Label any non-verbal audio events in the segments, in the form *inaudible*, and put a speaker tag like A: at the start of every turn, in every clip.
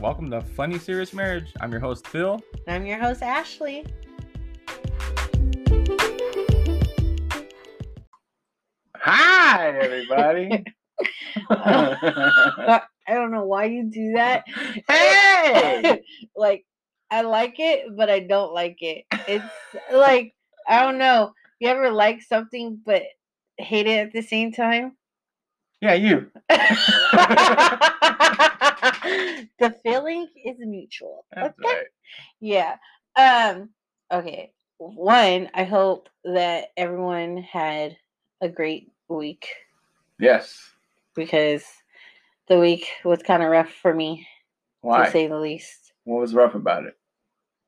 A: Welcome to Funny Serious Marriage. I'm your host, Phil.
B: I'm your host, Ashley.
C: Hi,
B: *laughs*
C: everybody.
B: I don't know why you do that.
C: *laughs* hey!
B: *laughs* like, I like it, but I don't like it. It's like, I don't know. You ever like something but hate it at the same time? *laughs*
C: Yeah, you.
B: the feeling is mutual.
C: That's
B: okay?
C: right.
B: Yeah. Um okay. One, I hope that everyone had a great week
C: Yes.
B: because the week was kind of rough for me
C: Why?
B: to say the least.
C: what was rough about it?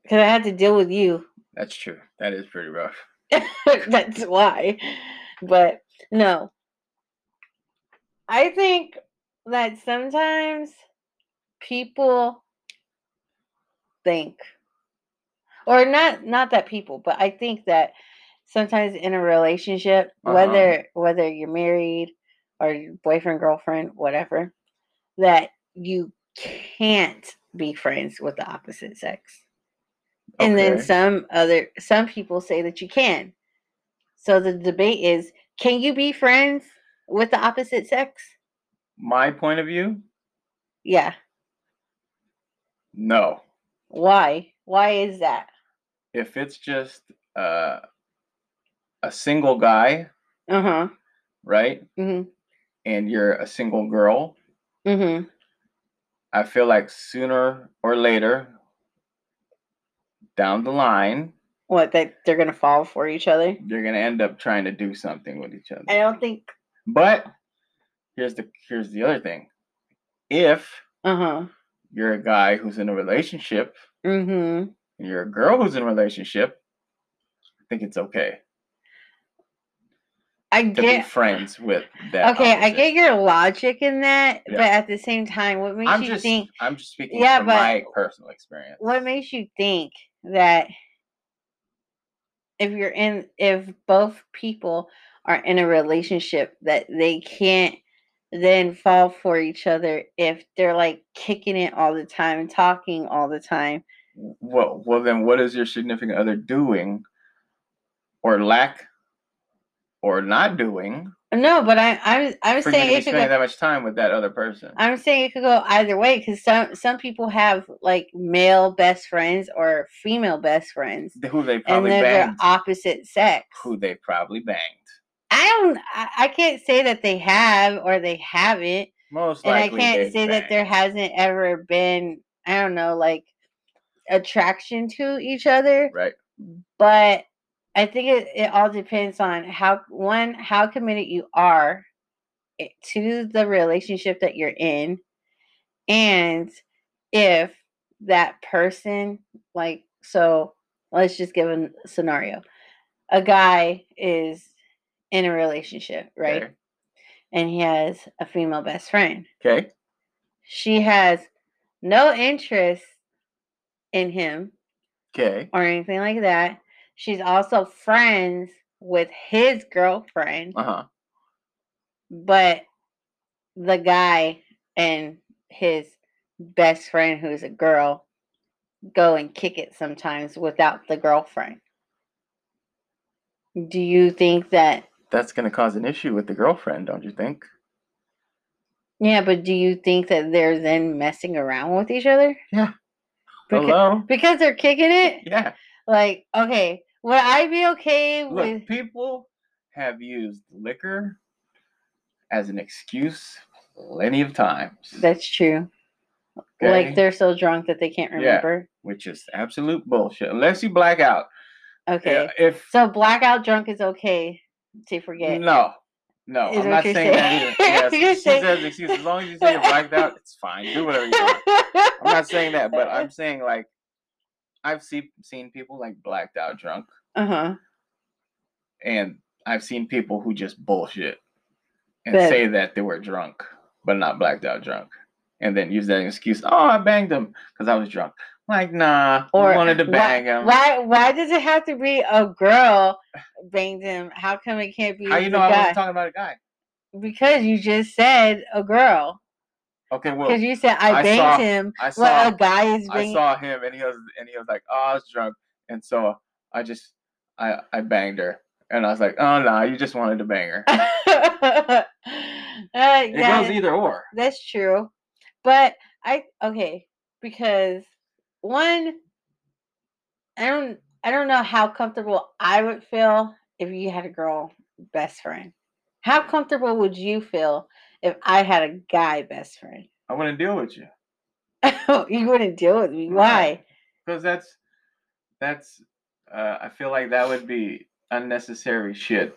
B: Cuz I had to deal with you. *laughs*
C: That's true. That is pretty rough.
B: That's why. But no. I think that sometimes people think or not not that people, but I think that sometimes in a relationship,
C: Uh-huh.
B: whether whether you're married or your boyfriend, girlfriend, whatever, that you can't be friends with the opposite sex and then
C: Okay.
B: some other some people say that you can so the debate is can you be friends with the opposite sex
C: My point of view?
B: yeah
C: No.
B: why why is that
C: If it's just uh, a single guy,
B: uh-huh
C: right?
B: mm-hmm
C: And you're a single girl,
B: mm-hmm
C: I feel like sooner or later, down the line,
B: what that they're gonna fall for each other
C: you're going to end up trying to do something with each other.
B: i don't think
C: But here's the here's the other thing. If
B: uh-huh
C: you're a guy who's in a relationship
B: mm-hmm
C: and you're a girl who's in a relationship, I think it's okay
B: i
C: to
B: get
C: be friends with that.
B: okay i
C: opposite.
B: get your logic in that
C: Yeah.
B: but at the same time what makes
C: I'm
B: you
C: just
B: think
C: I'm just speaking
B: Yeah,
C: from
B: but-
C: my personal experience.
B: what makes you think that if you're in if both people are in a relationship that they can't then fall for each other if they're like kicking it all the time and talking all the time
C: Well, well, then what is your significant other doing, or lack, or not doing
B: no but i i'm i'm
C: for you to
B: saying
C: be
B: it could go,
C: spending that much time with that other person?
B: i'm saying it could go either way because some some people have like male best friends or female best friends
C: who they
B: and
C: probably
B: they're their
C: banged.
B: opposite sex
C: Who they probably banged.
B: I don't. I, I can't say that they have or they haven't,
C: Most
B: and I
C: likely.
B: can't
C: they've
B: say that there
C: banged.
B: hasn't ever been. I don't know, like attraction to each other,
C: Right.
B: but I think it, it all depends on how one how committed you are i- to the relationship that you're in, and if that person like so. Let's just give a scenario. A guy is in a relationship, right? and he has a female best friend.
C: Okay. okay.
B: She has no interest in him
C: Okay.
B: or anything like that. She's also friends with his girlfriend,
C: Uh huh.
B: but the guy and his best friend, who's a girl, go and kick it sometimes without the girlfriend. Do you think that?
C: That's going to cause an issue with the girlfriend, don't you think?
B: Yeah, but do you think that they're then messing around with each other?
C: Yeah.
B: Becau-
C: Hello?
B: because they're kicking it. *laughs*
C: Yeah.
B: Like, okay, would I be okay with?
C: Look, people have used liquor as an excuse plenty of times,
B: That's true.
C: Okay.
B: Like they're so drunk that they can't
C: Yeah.
B: remember.
C: which is absolute bullshit. Unless you black out.
B: Okay,
C: Yeah, If
B: so blackout drunk is okay to forget.
C: no, no,
B: Is
C: I'm
B: what
C: not
B: you're
C: saying, that
B: saying.
C: either.
B: *laughs* You're
C: Yes, she
B: saying-
C: says excuse. As long as you say you're blacked out, it's fine. Do whatever you want. I'm not saying that, but
B: *laughs*
C: I'm saying like I've seen seen people like blacked out drunk,
B: Uh huh.
C: and I've seen people who just bullshit and
B: But-
C: say that they were drunk, but not blacked out drunk, and then use that excuse. Oh, I banged him because I was drunk. Like, nah,
B: Or
C: I wanted to
B: why-
C: bang him.
B: Why? Why does it have to be a girl banged him? How come it can't be
C: How you
B: the
C: know I
B: guy?
C: wasn't talking about a guy?
B: because you just said a girl.
C: Okay, well,
B: Because you said I,
C: I
B: banged
C: saw-
B: him.
C: I
B: What
C: saw
B: a guy is
C: I
B: banging. *laughs*
C: saw him and he was and he was like, "Oh, I was drunk," and so I just I I banged her, and I was like, "Oh no, you just wanted to bang
B: *laughs*
C: her."
B: uh,
C: It
B: yeah,
C: goes either or.
B: that's true. But I okay because one, I don't I don't know how comfortable I would feel if you had a girl best friend. How comfortable would you feel if I had a guy best friend? *laughs*
C: I wouldn't deal with you
B: you wouldn't deal with me.
C: No.
B: Why?
C: because that's that's uh, I feel like that would be unnecessary shit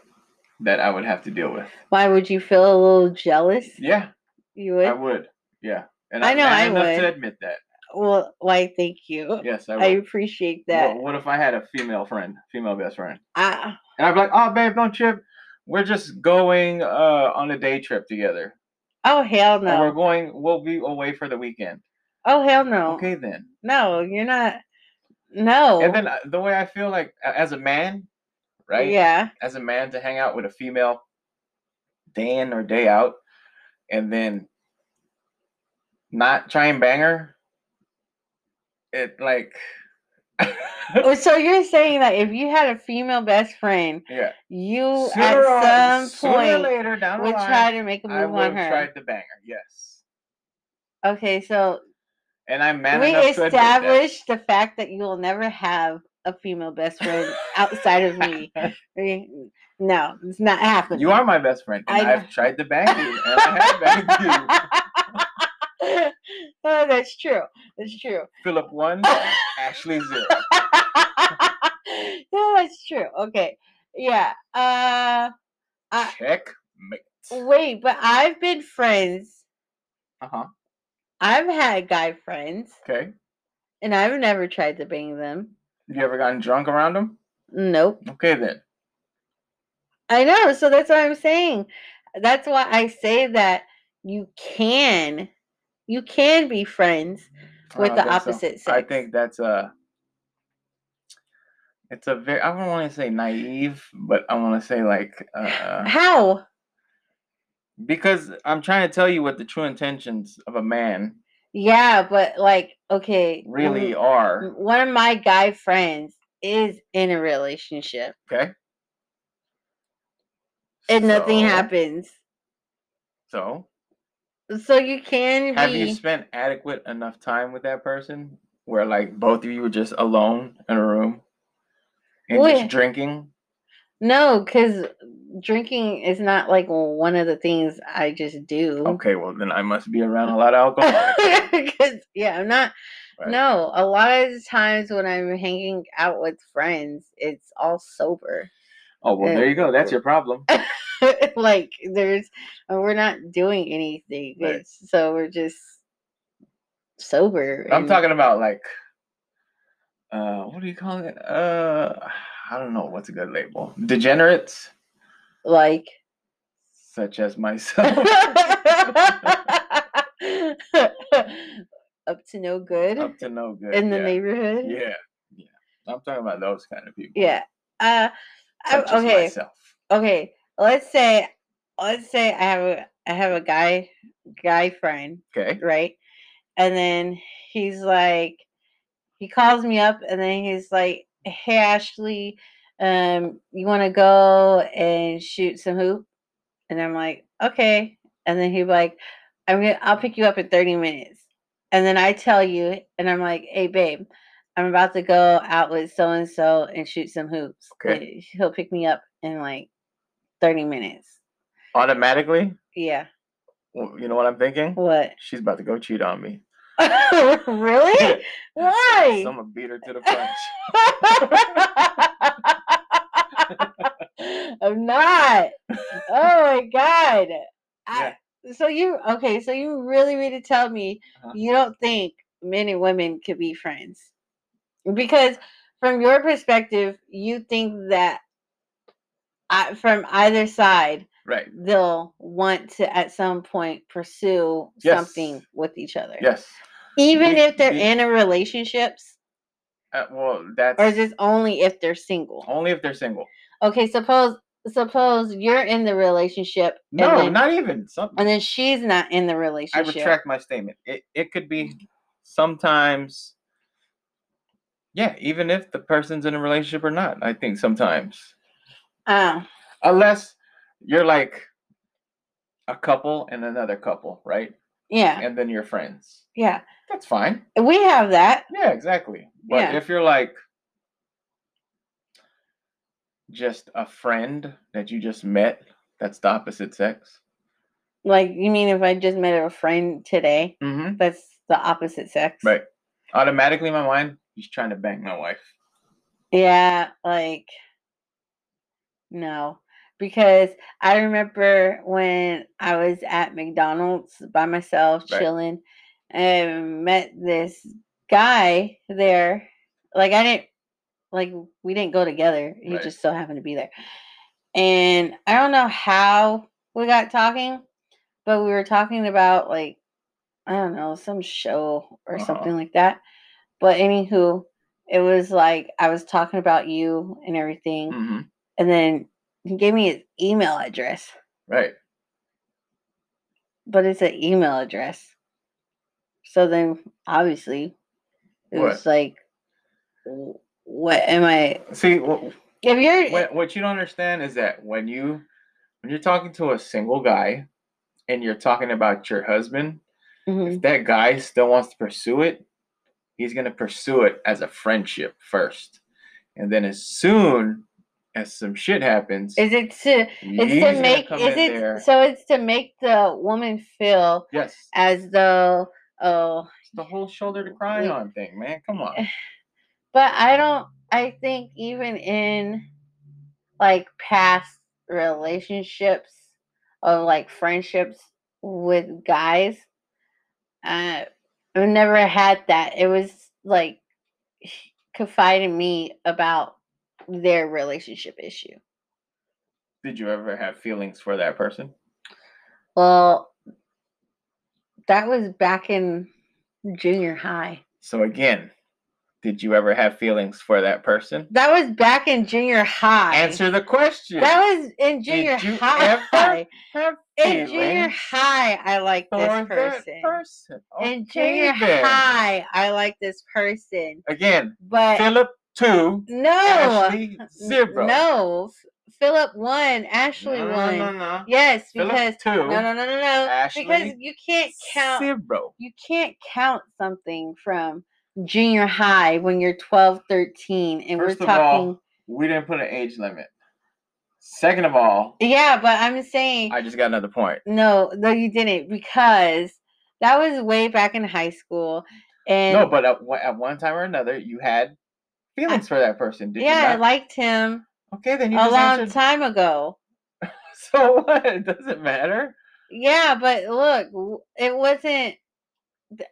C: that I would have to deal with.
B: Why would you feel a little jealous?
C: Yeah,
B: You would.
C: I would. Yeah, and
B: I
C: I'm
B: know
C: man
B: I
C: enough to
B: would.
C: admit that.
B: Well, why? Thank you.
C: Yes, I
B: I
C: would.
B: appreciate
C: Wha-
B: that.
C: What, if I had a female friend, female best friend,
B: I,
C: and I'd be like, "Oh, babe, don't trip. We're just going uh, on a day trip together."
B: oh hell
C: and we're
B: no!
C: going we'll be away for the weekend
B: Oh hell no!
C: okay then
B: No, you're not. No.
C: and then uh, the way i feel like a- as a man right
B: Yeah.
C: as a man to hang out with a female day in or day out and then not try and bang her it like
B: Oh, So you're saying that if you had a female best friend,
C: yeah *laughs*
B: you
C: Sooner or-
B: at some
C: sooner or
B: point
C: later down the
B: would
C: line,
B: try to make a
C: i
B: move
C: would
B: on
C: have
B: her.
C: tried to bang her yes
B: Okay, so
C: and i'm man
B: we
C: enough to admit that.
B: established the fact that you will never have a female best friend outside
C: *laughs*
B: of me. Okay, No, it's not happening.
C: you are *laughs* my best friend and
B: I-
C: i've tried to bang you and i have banged
B: *laughs*
C: you
B: oh, that's true. That's true. *laughs*
C: Philip one, Ashley zero.
B: no, that's true. Okay. Yeah. Uh I-
C: Checkmate.
B: wait, but I've been friends.
C: Uh huh.
B: I've had guy friends
C: Okay.
B: and I've never tried to bang them.
C: You ever gotten drunk around them?
B: Nope.
C: Okay then.
B: I know, so that's what I'm saying. That's why I say that you can you can be friends
C: I
B: with
C: don't
B: the
C: think so.
B: opposite sex.
C: I think that's a. It's a very. I don't want to say naive, but I want to say like
B: *laughs*
C: uh,
B: how?
C: because I'm trying to tell you what the true intentions of a man
B: Yeah, but like okay,
C: really
B: Mm.
C: are.
B: m- one of my guy friends is in a relationship
C: Okay.
B: and nothing
C: So-
B: happens.
C: So,
B: So you can
C: have
B: be
C: you spent adequate enough time with that person where like both of you were just alone in a room and
B: Wait.
C: just drinking?
B: no, because drinking is not like one of the things I just do.
C: Okay, well then I must be around a lot of alcohol.
B: *laughs* 'Cause, yeah, I'm not.
C: Right.
B: No, a lot of the times when I'm hanging out with friends, it's all sober. *laughs*
C: Oh well, there you go. That's your problem.
B: like there's, uh, we're not doing anything.
C: Right.
B: It's, so we're just sober.
C: I'm
B: and-
C: talking about like, uh, what do you call it? Uh, I don't know what's a good label. Degenerates *laughs*
B: like *laughs*
C: such as myself,
B: up to no good
C: up to no good.
B: in the
C: yeah.
B: neighborhood.
C: Yeah, yeah. I'm talking about those kind of people.
B: Yeah. Uh, I-
C: such as
B: okay.
C: myself.
B: Okay. Let's say, let's say I have a, I have a guy, guy friend,
C: Okay.
B: right? And then he's like, he calls me up, and then he's like, "Hey Ashley, um, you want to go and shoot some hoop?" And I'm like, "Okay." And then he's like, "I'm gonna, I'll pick you up in 30 minutes." And then I tell you, and I'm like, "Hey babe, I'm about to go out with so and so and shoot some hoops.
C: Okay.
B: and He'll pick me up in like 30 minutes."
C: Automatically,
B: Yeah.
C: well, you know what I'm thinking?
B: What? *laughs*
C: She's about to go cheat on me. *laughs*
B: really? Why?
C: So I'm gonna beat her to the punch.
B: *laughs* I'm not. Oh my god. I,
C: Yeah.
B: so you okay? So you really really tell me
C: Uh-huh.
B: you don't think men and women could be friends because from your perspective, you think that I, from either side
C: right.
B: they'll want to at some point pursue
C: Yes.
B: something with each other,
C: Yes.
B: even
C: Be-
B: if they're
C: be-
B: in a relationships.
C: Uh, well, that's
B: Or is this only if they're single?
C: only if they're single.
B: Okay, suppose suppose you're in the relationship
C: No,
B: and then,
C: not even something.
B: and then she's not in the
C: I
B: relationship.
C: retract my statement. It it could be sometimes. Yeah, even if the person's in a relationship or not, I think sometimes
B: Oh,
C: unless you're like a couple and another couple, right?
B: yeah.
C: And then you're friends.
B: Yeah.
C: That's fine.
B: We have that.
C: Yeah, exactly. But
B: Yeah.
C: if you're like just a friend that you just met, that's the opposite sex.
B: Like, you mean if I just met a friend today,
C: Mm-hmm.
B: that's the opposite sex?
C: Right. Automatically, in my mind, he's trying to bang my wife.
B: Yeah, like no. Because I remember when I was at McDonald's by myself
C: Right.
B: chilling and met this guy there. Like I didn't like we didn't go together. He
C: Right.
B: just so happened to be there. And I don't know how we got talking, but we were talking about like I don't know, some show or
C: Uh-huh.
B: something like that. But anywho, it was like I was talking about you and everything,
C: Mm-hmm.
B: and then he gave me his email address,
C: Right.
B: but it's an email address. So then, obviously, it
C: What?
B: was like, w- what am I?
C: See, what,
B: If you're
C: what what you don't understand is that when you when you're talking to a single guy and you're talking about your husband,
B: Mhm.
C: if that guy still wants to pursue it, he's going to pursue it as a friendship first. And then as soon as some shit happens,
B: is it to
C: he's
B: it's
C: gonna
B: to make
C: come
B: is
C: in
B: it
C: there.
B: so it's to make the woman feel
C: yes,
B: as though oh
C: it's the whole shoulder to cry
B: We-
C: on thing, man. Come
B: *sighs*
C: on.
B: But I don't. I think even in like past relationships of like friendships with guys, uh, I've never had that. It was like confiding me about their relationship issue.
C: Did you ever have feelings for that person?
B: Well, that was back in junior high.
C: So again, did you ever have feelings for that person?
B: That was back in junior high.
C: Answer the question.
B: That was in junior
C: you
B: *laughs* high.
C: ever Have
B: In junior
C: feelings
B: high, I like
C: for
B: this
C: that
B: person.
C: person.
B: In
C: Okay
B: junior
C: then.
B: high, I like this person.
C: Again,
B: But
C: Philip two,
B: no,
C: Ashley
B: n-
C: zero.
B: no. F- Philip one, Ashley
C: no,
B: one.
C: No, no,
B: Yes,
C: Philip
B: because
C: two,
B: no, no, no, no, no. because
C: Ashley
B: you can't count.
C: Zero.
B: You can't count something from junior high when you're 12, 13, and
C: First
B: we're
C: of all,
B: talking.
C: We didn't put an age limit. Second of all,
B: yeah, but I'm saying
C: I just got another point.
B: no, no, you didn't because that was way back in high school. And
C: No, but at, one- at one time or another, you had feelings for that person, did
B: yeah, I
C: you? not?
B: liked him
C: okay, then you
B: a
C: just
B: long
C: answered.
B: time ago.
C: *laughs* So what? It doesn't matter.
B: Yeah, but look, w- it wasn't. th-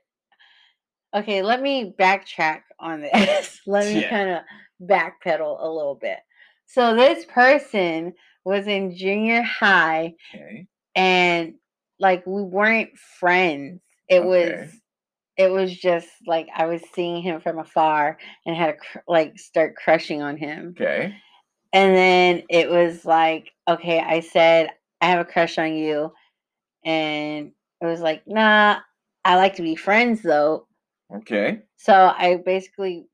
B: Okay, let me backtrack on this. *laughs* let me
C: Yeah.
B: kind of backpedal a little bit. So this person was in junior high,
C: Okay.
B: and like we weren't friends. It
C: Okay.
B: was. It was just like I was seeing him from afar and had to cr- like start crushing on him.
C: Okay.
B: And then it was like, okay, I said, I have a crush on you. And it was like, nah, I like to be friends though.
C: Okay.
B: So I basically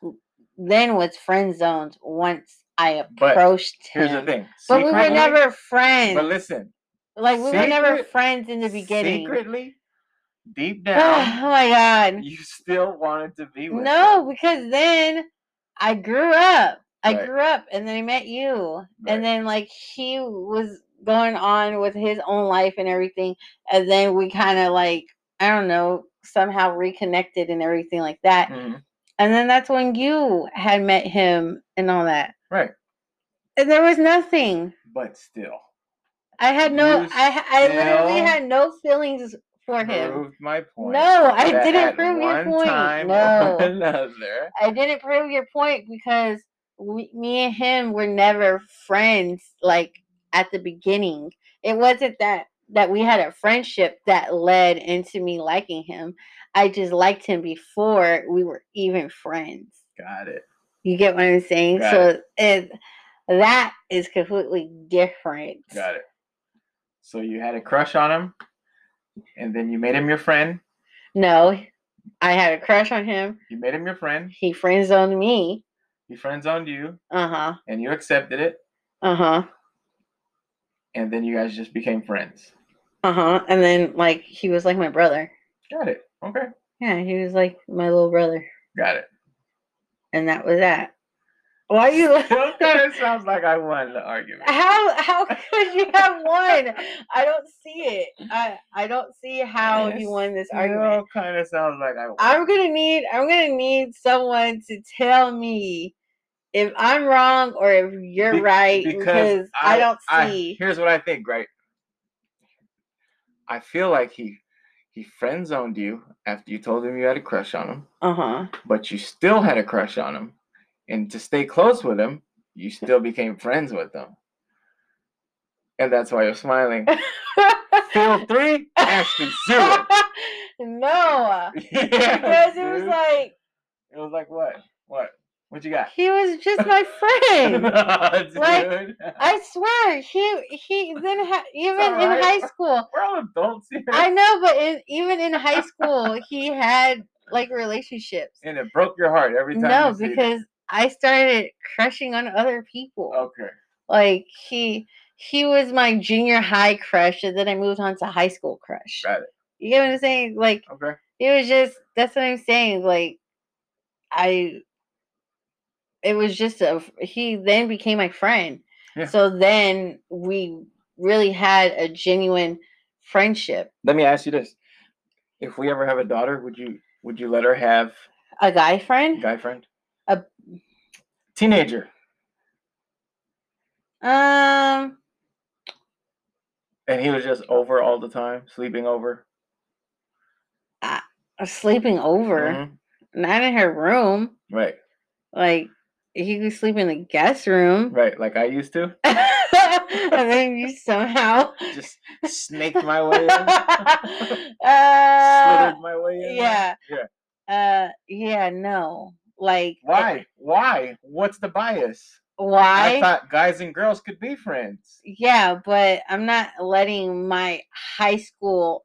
B: w- then was friend zoned once I
C: But
B: approached
C: Here's
B: him.
C: the thing.
B: But we were
C: Secretly-
B: never friends.
C: But listen,
B: like we were never
C: secret-
B: friends in the beginning.
C: secretly, deep
B: *sighs* oh *sighs*
C: down,
B: my god.
C: you still wanted to be with.
B: No,
C: them.
B: because then I grew up. I
C: Right.
B: grew up and then I met you.
C: Right.
B: And then like he was going on with his own life and everything. And then we kind of like, I don't know, somehow reconnected and everything like that.
C: Mhm.
B: And then that's when you had met him and all that.
C: Right.
B: And there was nothing.
C: But still,
B: I had no
C: You
B: I I literally
C: still
B: had no feelings for him.
C: proved my point.
B: No, I
C: that
B: didn't
C: at
B: prove
C: one
B: your point.
C: Time
B: No.
C: or *laughs* another.
B: I didn't prove your point because we, me and him were never friends. Like at the beginning, it wasn't that that we had a friendship that led into me liking him. I just liked him before we were even friends.
C: Got it.
B: You get what I'm saying?
C: Got
B: so it That is completely different.
C: Got it. So you had a crush on him, and then you made him your friend.
B: No, I had a crush on him.
C: You made him your friend.
B: He friend zoned me.
C: He friend zoned you,
B: Uh huh.
C: and you accepted it.
B: Uh huh.
C: And then you guys just became friends.
B: Uh huh. And then like he was like my brother.
C: Got it. Okay.
B: Yeah, he was like my little brother,
C: Got it.
B: and that was that.
C: *laughs*
B: Why *laughs* you?
C: Still kinda sounds like I won the argument.
B: How how *laughs* could you have won? I don't see it. I I don't see how you
C: Yes,
B: won this argument.
C: Still kind of sounds like I won.
B: I'm gonna need I'm gonna need someone to tell me if I'm wrong or if you're
C: Be-
B: right because I, don't
C: I-
B: see.
C: here's what I think, right? I feel like he he friend zoned you after you told him you had a crush on him,
B: Uh huh.
C: but you still had a crush on him, and to stay close with him, you still became friends with him, and that's why you're smiling.
B: *laughs*
C: Phil three, Ashley zero.
B: *laughs* no,
C: Yeah,
B: because it was
C: dude.
B: like
C: it was like what? What? What you got?
B: he was just my
C: *laughs*
B: friend. Like,
C: Dude.
B: I swear, he he then ha- even in
C: alright.
B: high school.
C: We're all adults here.
B: I know, but in, even in high school, he had like relationships.
C: and it broke your heart *laughs* every time.
B: No,
C: you see it.
B: because I started crushing on other people.
C: okay,
B: Like he he was my junior high crush, and then I moved on to high school crush.
C: Got it.
B: You get what I'm saying? Like
C: okay,
B: it was just that's what I'm saying. Like I, it was just a f- he then became my friend.
C: Yeah.
B: So then we really had a genuine friendship.
C: let me ask you this: If we ever have a daughter, would you would you let her have
B: A guy
C: a
B: friend?
C: guy friend?
B: A-
C: teenager,
B: Um.
C: and he was just over all the time, sleeping over.
B: uh, sleeping over,
C: Mhm.
B: not in her room.
C: Right,
B: Like he could sleep in the guest room, *laughs*
C: right, like I used to.
B: and then you
C: *laughs*
B: somehow.
C: Just snaked my way in,
B: *laughs* uh,
C: slithered my way Oh, in. there.
B: yeah.
C: Yeah.
B: Uh, yeah. No. Like
C: Why? Why? What's the bias? I
B: Why?
C: thought guys and girls could be friends.
B: yeah, but I'm not letting my high school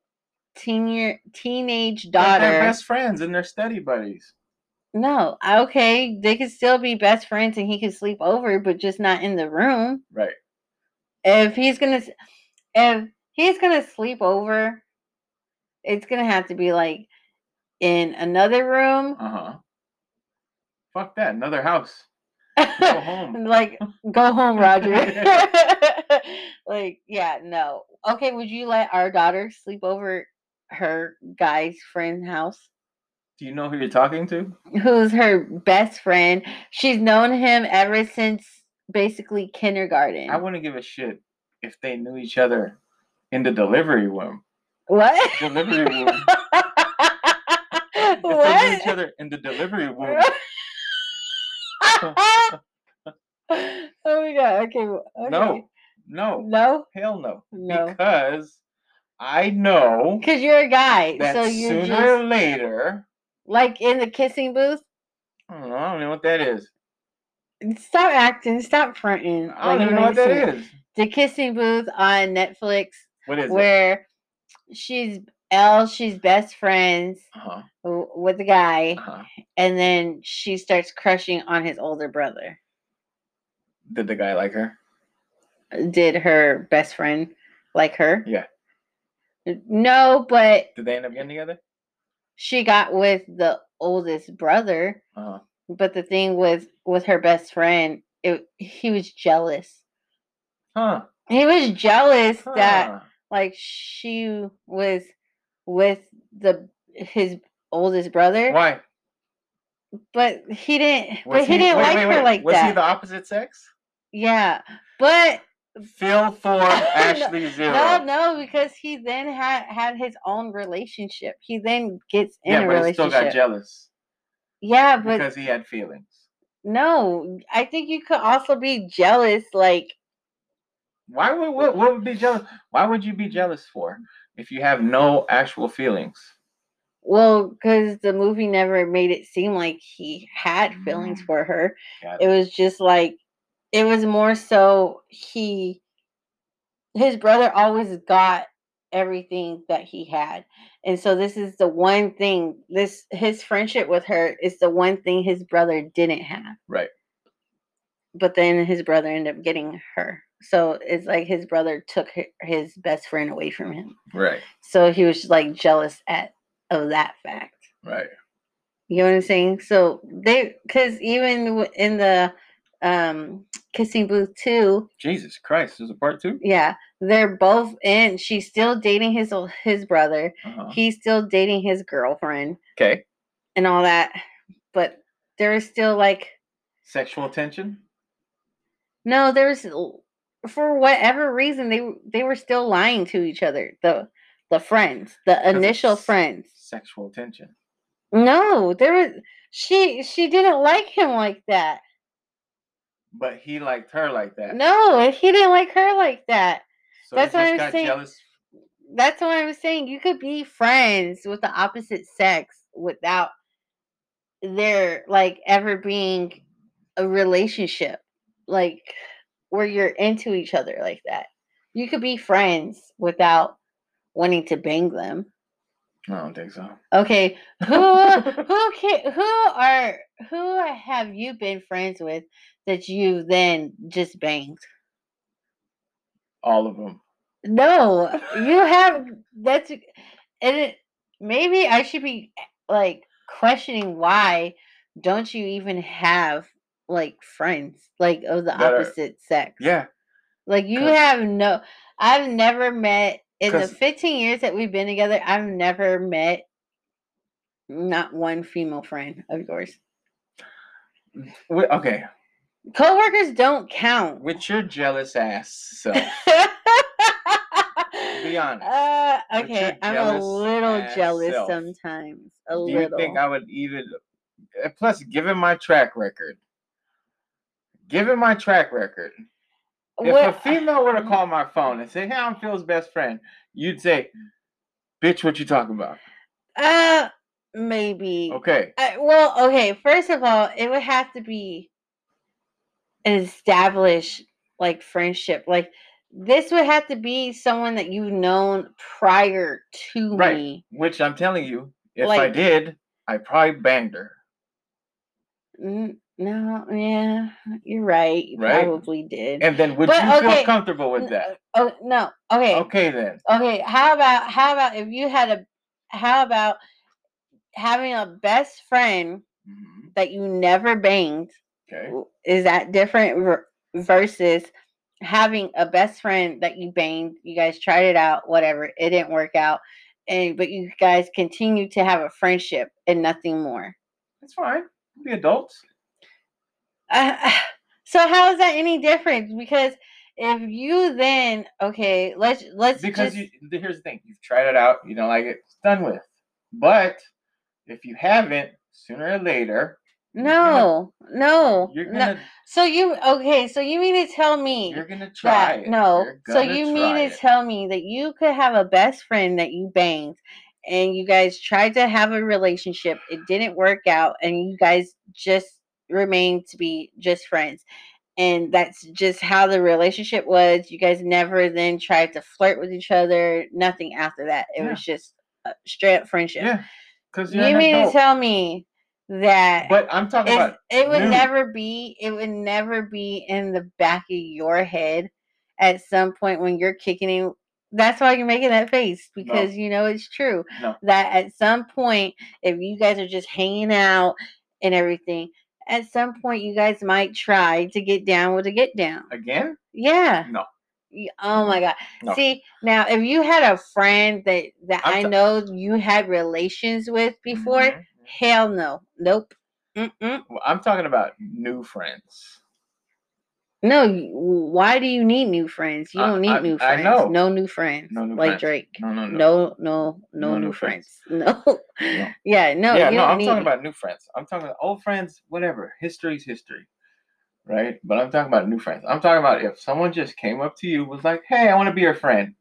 B: teenage teenage
C: Like, They're
B: daughter.
C: best friends and they're study buddies.
B: No. Okay, they could still be best friends, and he could sleep over, but just not in the room.
C: Right.
B: if he's gonna s- if he's gonna sleep over it's gonna have to be like in another room
C: Uh huh. Fuck that. Another
B: *laughs*
C: house. Go home.
B: like go
C: *laughs*
B: home roger *laughs* like yeah no okay would you let our daughter sleep over her guy's friend's house
C: Do you know who you're talking to?
B: who's her best friend she's known him ever since basically kindergarten
C: I wouldn't give a shit if they knew each other in the delivery room. *laughs*
B: what *laughs*
C: Delivery room. If they knew each
B: what
C: other in the delivery
B: *laughs*
C: room.
B: oh my god. Okay. w- okay.
C: No. No.
B: No.
C: Hell no.
B: No.
C: Because I know
B: Because you're a guy,
C: that
B: so you
C: sooner
B: just
C: or later.
B: like in the kissing booth.
C: I don't know. I don't know what that is.
B: Stop acting. Stop fronting.
C: I don't
B: like
C: even
B: you
C: know what
B: ain't seen
C: that
B: it.
C: is.
B: The kissing booth on Netflix,
C: What is it?
B: where she's L, she's best friends
C: Uh-huh.
B: w- with the guy,
C: Uh-huh.
B: and then she starts crushing on his older brother.
C: Did the guy like her?
B: Did her best friend like her?
C: Yeah.
B: No, but
C: Did they end up getting together?
B: she got with the oldest brother
C: Uh-huh.
B: but the thing with with her best friend it, he was jealous
C: Huh.
B: he was jealous that
C: huh.
B: like she was with the his oldest brother
C: Why?
B: but he didn't but he, didn't
C: wait,
B: like
C: wait,
B: her
C: wait,
B: like
C: was
B: that
C: he the opposite sex?
B: yeah but *laughs*
C: Phil four, Ashley zero.
B: no no because he then had had his own relationship he then gets in
C: yeah,
B: a
C: but he still got
B: relationship
C: jealous
B: yeah but
C: because he had feelings.
B: no i think you could also be jealous like
C: Why would what, what would be jealous? Why would you be jealous for if you have no actual feelings?
B: Well, because the movie never made it seem like he had feelings for her.
C: Got
B: It was just like it was more so he his brother always got everything that he had and so this is the one thing this his friendship with her is the one thing his brother didn't have
C: Right.
B: but then his brother ended up getting her so it's like his brother took hi- his best friend away from him
C: Right.
B: so he was like jealous at of that fact
C: Right.
B: you know what I'm saying? So they, because even w- in the um kissing booth too,
A: Jesus Christ, there's a part two.
B: yeah, they're both in. She's still dating his ol- his brother.
C: Uh-huh.
B: He's still dating his girlfriend
C: Okay.
B: and all that. But there is still like
C: Sexual tension.
B: no, there's l- for whatever reason they w- they were still lying to each other. The the friends, the initial
C: it's-
B: friends.
C: Sexual tension.
B: No, there was she she didn't like him like that.
C: But he liked her like that.
B: No, he didn't like her like that.
C: So
B: that's
C: he
B: what
C: just
B: I'm
C: got
B: saying.
C: jealous.
B: that's what I was saying. You could be friends with the opposite sex without there like ever being a relationship, like where you're into each other like that. You could be friends without wanting to bang them.
C: I don't think so.
B: Okay, *laughs* who who can, who are who have you been friends with that you then just banged?
C: All of them.
B: No, you have that's and it, maybe I should be like questioning why don't you even have like friends like of the
C: That are-
B: opposite sex?
C: Yeah.
B: Like you
C: 'cause-
B: have no I've never met in the
C: 'cause-
B: 15 years that we've been together, I've never met not one female friend of yours.
C: Wi- okay.
B: Coworkers don't count. *laughs*
C: With your jealous ass self. Be honest.
B: Uh,
C: But you're
B: okay, I'm a
C: jealous
B: little
C: as
B: jealous
C: self.
B: sometimes. A
C: Do you
B: little.
C: think I would even? uh, Plus, given my track record, given my track record, if
B: What-
C: a female
B: *laughs*
C: were to call my phone and say, "Hey, I'm Phil's best friend," you'd say, "Bitch, what you talking about?"
B: Uh, maybe.
C: Okay,
B: I, well, okay. First of all, it would have to be an established like friendship. Like this would have to be someone that you've known prior to
C: Right.
B: me.
C: which I'm telling you, if I
B: Like-
C: did, I probably banged her.
B: N- No, yeah, you're right. You
C: Right?
B: probably did.
C: And then would
B: But,
C: you
B: okay,
C: feel comfortable with
B: N-
C: that?
B: Oh no. Okay.
C: Okay, then.
B: Okay, how about how about if you had a how about having a best friend
C: Mhm,
B: that you never banged?
C: Okay.
B: w- Is that different ver- versus having a best friend that you banged? You guys tried it out, whatever, it didn't work out, and but you guys continue to have a friendship and nothing more.
C: That's fine. Be adults.
B: *sighs* so how is that any different? Because if you then okay, let's *laughs* let's
C: Because
B: just,
C: you, th- here's the thing: you've tried it out, you don't like it, it's done with. But if you haven't, sooner or later, you're gonna-
B: no no
C: you're
B: no.
C: gonna
B: So you okay? So you mean to tell me
C: you're gonna try
B: that
C: it.
B: no?
C: You're
B: So
C: gonna
B: you mean
C: try
B: to
C: it.
B: tell me that you could have a best friend that you banged, and you guys tried to have a relationship, it didn't work out, and you guys just remained to be just friends, and that's just how the relationship was. You guys never then tried to flirt with each other. Nothing after that. It
C: Yeah.
B: was just a straight up friendship.
C: Yeah, because
B: you
C: you're an
B: mean to
C: adult.
B: tell me that
C: but I'm talking
B: it's,
C: about
B: it would
C: new.
B: never be it would never be in the back of your head at some point when you're kicking it that's why you're making that face because you know it's true
C: No.
B: that at some point if you guys are just hanging out and everything at some point you guys might try to get down with a get down
C: again.
B: yeah
C: No.
B: Y- oh my god
C: No.
B: see now if you had a friend that that
C: I'm
B: i
C: t-
B: know you had relations with before
C: Mhm.
B: hell no nope Mm-mm.
C: Well, I'm talking about new friends.
B: No, y- why do you need new friends? You
C: I-
B: don't need
C: I-
B: new
C: I
B: friends.
C: know.
B: No new friends.
C: No new
B: like
C: friends.
B: Drake.
C: No, no, no.
B: No, no, no,
C: No
B: new
C: new
B: friends. *laughs*
C: friends.
B: No. Yeah, no.
C: yeah,
B: you
C: no.
B: don't
C: I'm
B: need
C: talking
B: me.
C: about new friends. I'm talking about old friends. Whatever. History's history, right? But I'm talking about new friends. I'm talking about if someone just came up to you was like, "Hey, I want to be your friend."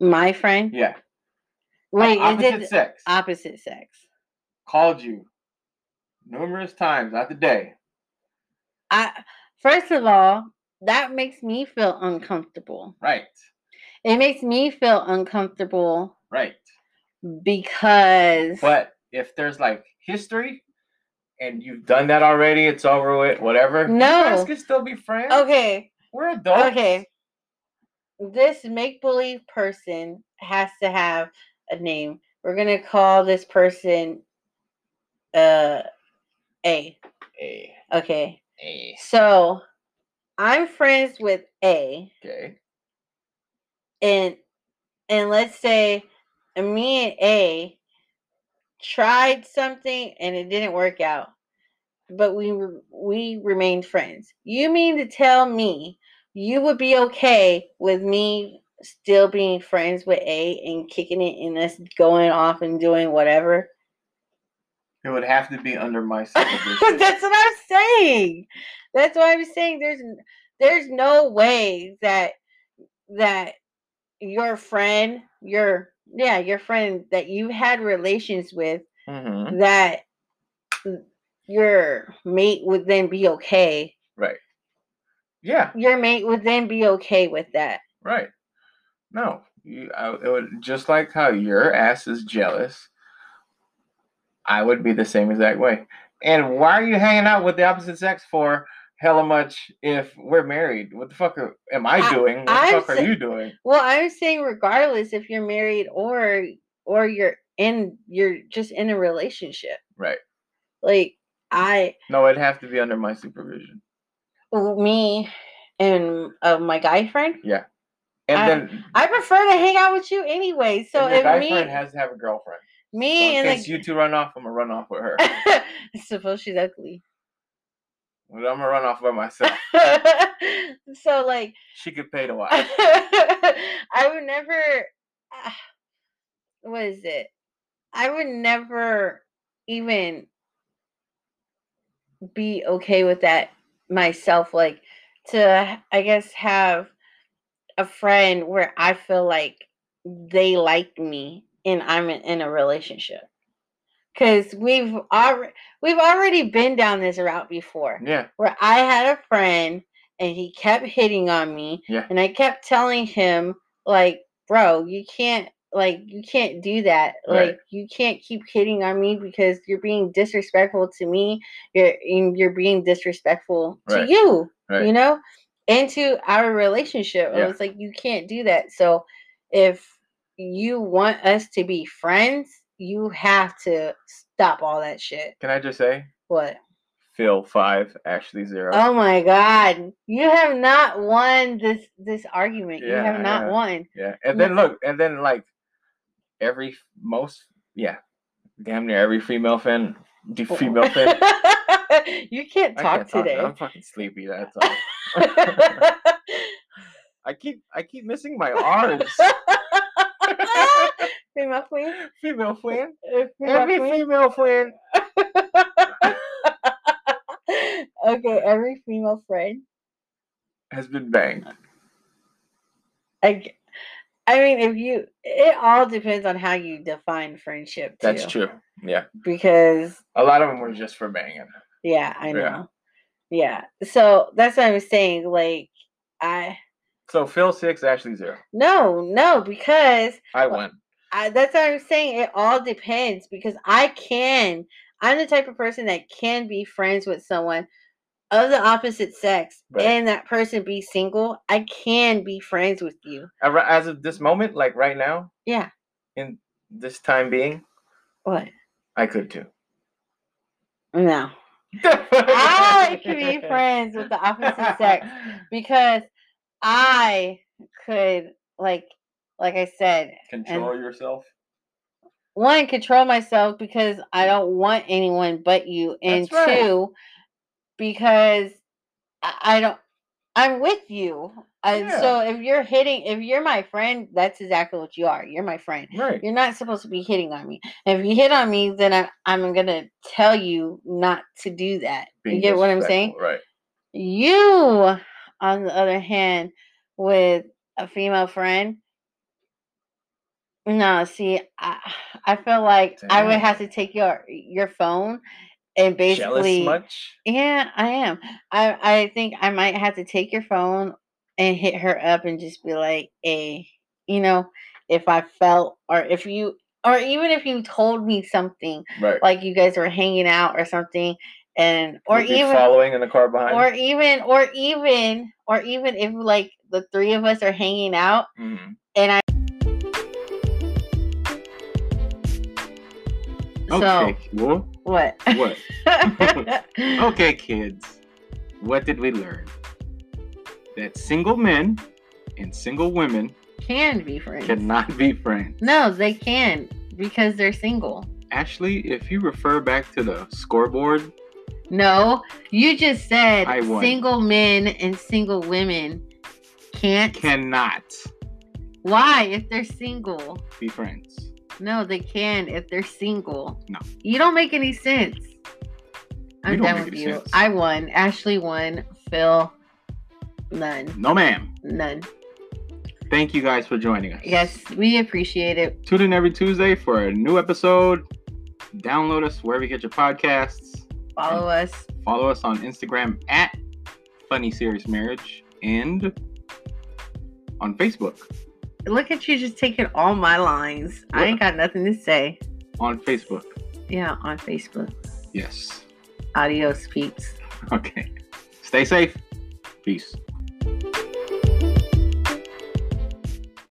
B: my friend.
C: Yeah.
B: Wait, is
C: opposite
B: it the
C: sex
B: opposite sex?
C: called you numerous times, not the day.
B: I first of all, that makes me feel uncomfortable.
C: Right.
B: It makes me feel uncomfortable
C: Right.
B: because
C: But if there's like history and you've done that already, it's over with, whatever. You guys
B: No.
C: can still be friends.
B: okay,
C: We're adults.
B: okay. This make believe person has to have a name. We're gonna call this person uh A.
C: Hey,
B: Okay.
C: hey.
B: So I'm friends with A
C: Okay.
B: and and let's say me and A tried something and it didn't work out, but we re- we remained friends. You mean to tell me you would be okay with me still being friends with A and kicking it and us going off and doing whatever?
C: It would have to be under my
B: *laughs*
C: supervision.
B: That's what I'm saying. That's what I'm saying. There's n- there's no way that that your friend, your yeah, your friend that you had relations with
C: Mhm.
B: that your mate would then be okay.
C: Yeah,
B: Your mate would then be okay with that.
C: right. No, you, I, it would, just like how your ass is jealous, I would be the same exact way. And why are you hanging out with the opposite sex for hella much if we're married? What the fuck are, am I
B: I-
C: doing? What
B: I'm
C: the fuck are
B: sa-
C: you doing?
B: Well, I'm saying regardless if you're married or or you're in you're just in a relationship.
C: Right.
B: Like I
C: No, it'd have to be under my supervision.
B: w- me and uh, my guy friend.
C: And
B: I-
C: then
B: I prefer to hang out with you anyway. So
C: and your
B: if
C: guy
B: me,
C: friend has to have a girlfriend. So
B: me
C: in
B: and
C: case
B: the
C: you two run off, I'm gonna run off with her.
B: *laughs* suppose she's ugly. *laughs*
C: But I'm gonna run off by myself.
B: so like,
C: She could pay to watch.
B: *laughs* I would never. ah, What is it? I would never even be okay with that myself. Like to, I guess, have a friend where I feel like they like me and I'm in, in a relationship. Cause we've already we've already been down this route before
C: Yeah,
B: where I had a friend and he kept hitting on me.
C: Yeah.
B: And I kept telling him, like, bro, you can't like you can't do that.
C: Right.
B: Like you can't keep hitting on me because you're being disrespectful to me. You're and you're being disrespectful
C: Right.
B: to you.
C: Right.
B: You know? And to our relationship. I
C: Yeah.
B: was like, you can't do that. So if you want us to be friends, you have to stop all that shit.
C: can I just say?
B: What?
C: Phil five, Ashley zero.
B: Oh my god. You have not won this this argument. you
C: Yeah,
B: have not
C: yeah.
B: won.
C: Yeah, and then look, and then like every f- most, yeah, damn near every female fan, do
B: *laughs*
C: female fan.
B: you can't
C: I can't
B: Oh. talk
C: talk,
B: today.
C: I'm fucking sleepy. That's all. I keep I keep missing my R's.
B: *laughs*
C: *laughs*
B: Female queen.
C: female fan.
B: Uh, female
C: Every
B: queen?
C: female fan.
B: okay, every female friend.
C: has been banged.
B: I, g- I mean, if you, it all depends on how you define friendship. Too,
C: That's true. Yeah,
B: Because
C: a lot of them were just for banging.
B: Yeah, I
C: Yeah.
B: know. Yeah. So that's what I'm saying. Like, I
C: So Phil six, Ashley zero.
B: no, no, because
C: I
B: Well,
C: won.
B: I, that's what I'm saying. It all depends because I can. I'm the type of person that can be friends with someone of the opposite sex
C: Right.
B: and that person be single. I can be friends with you.
C: Ar- As of this moment, like right now,
B: Yeah.
C: in this time being,
B: What?
C: I could too.
B: No. I
C: *laughs*
B: can be friends with the opposite sex. because I could like like I said,
C: Control yourself.
B: one control myself because I don't want anyone but you and
C: That's right.
B: two because I, I don't I'm with you. And
C: Yeah.
B: so if you're hitting if you're my friend, that's exactly what you are. You're my friend.
C: Right.
B: You're not supposed to be hitting on me. And if you hit on me, then I, I'm gonna tell you not to do that.
C: Being
B: you get what I'm
C: disrespectful,
B: saying?
C: Right.
B: You, on the other hand, with a female friend, no, see, I I feel like I would have to take your your phone and
C: Jealous
B: basically
C: much?
B: yeah, I am. I I think I might have to take your phone and hit her up and just be like, "Hey, you know, if I felt or if you or even if you told me something
C: Right.
B: like you guys were hanging out or something and or
C: With you
B: even
C: following in the car behind.
B: or even or even or even if like the three of us are hanging out
C: Mhm.
B: and I
C: Okay, cool.
B: So what? *laughs*
C: What? Oh. Okay, kids. What did we learn? That single men and single women
B: Can be friends.
C: cannot be friends.
B: No, they can because they're single.
C: Ashley, if you refer back to the scoreboard,
B: No, you just said
C: I won.
B: single men and single women can't.
C: cannot
B: Why? If they're single.
C: be friends.
B: No, they can if they're single.
C: No.
B: You don't make any sense. I'm
C: don't
B: done
C: make
B: with
C: any
B: you.
C: sense.
B: I won. Ashley won. Phil, none.
C: No, ma'am.
B: None.
C: Thank you guys for joining us.
B: Yes, we appreciate it.
C: Tune in every Tuesday for a new episode. Download us wherever you get your podcasts.
B: Follow us.
C: Follow us on Instagram at Funny Serious Marriage and on Facebook.
B: Look at you just taking all my lines. I
C: What?
B: ain't got nothing to say.
C: On Facebook.
B: Yeah, on Facebook.
C: Yes. *laughs*
B: Adios, peeps.
C: Okay. Stay safe. Peace.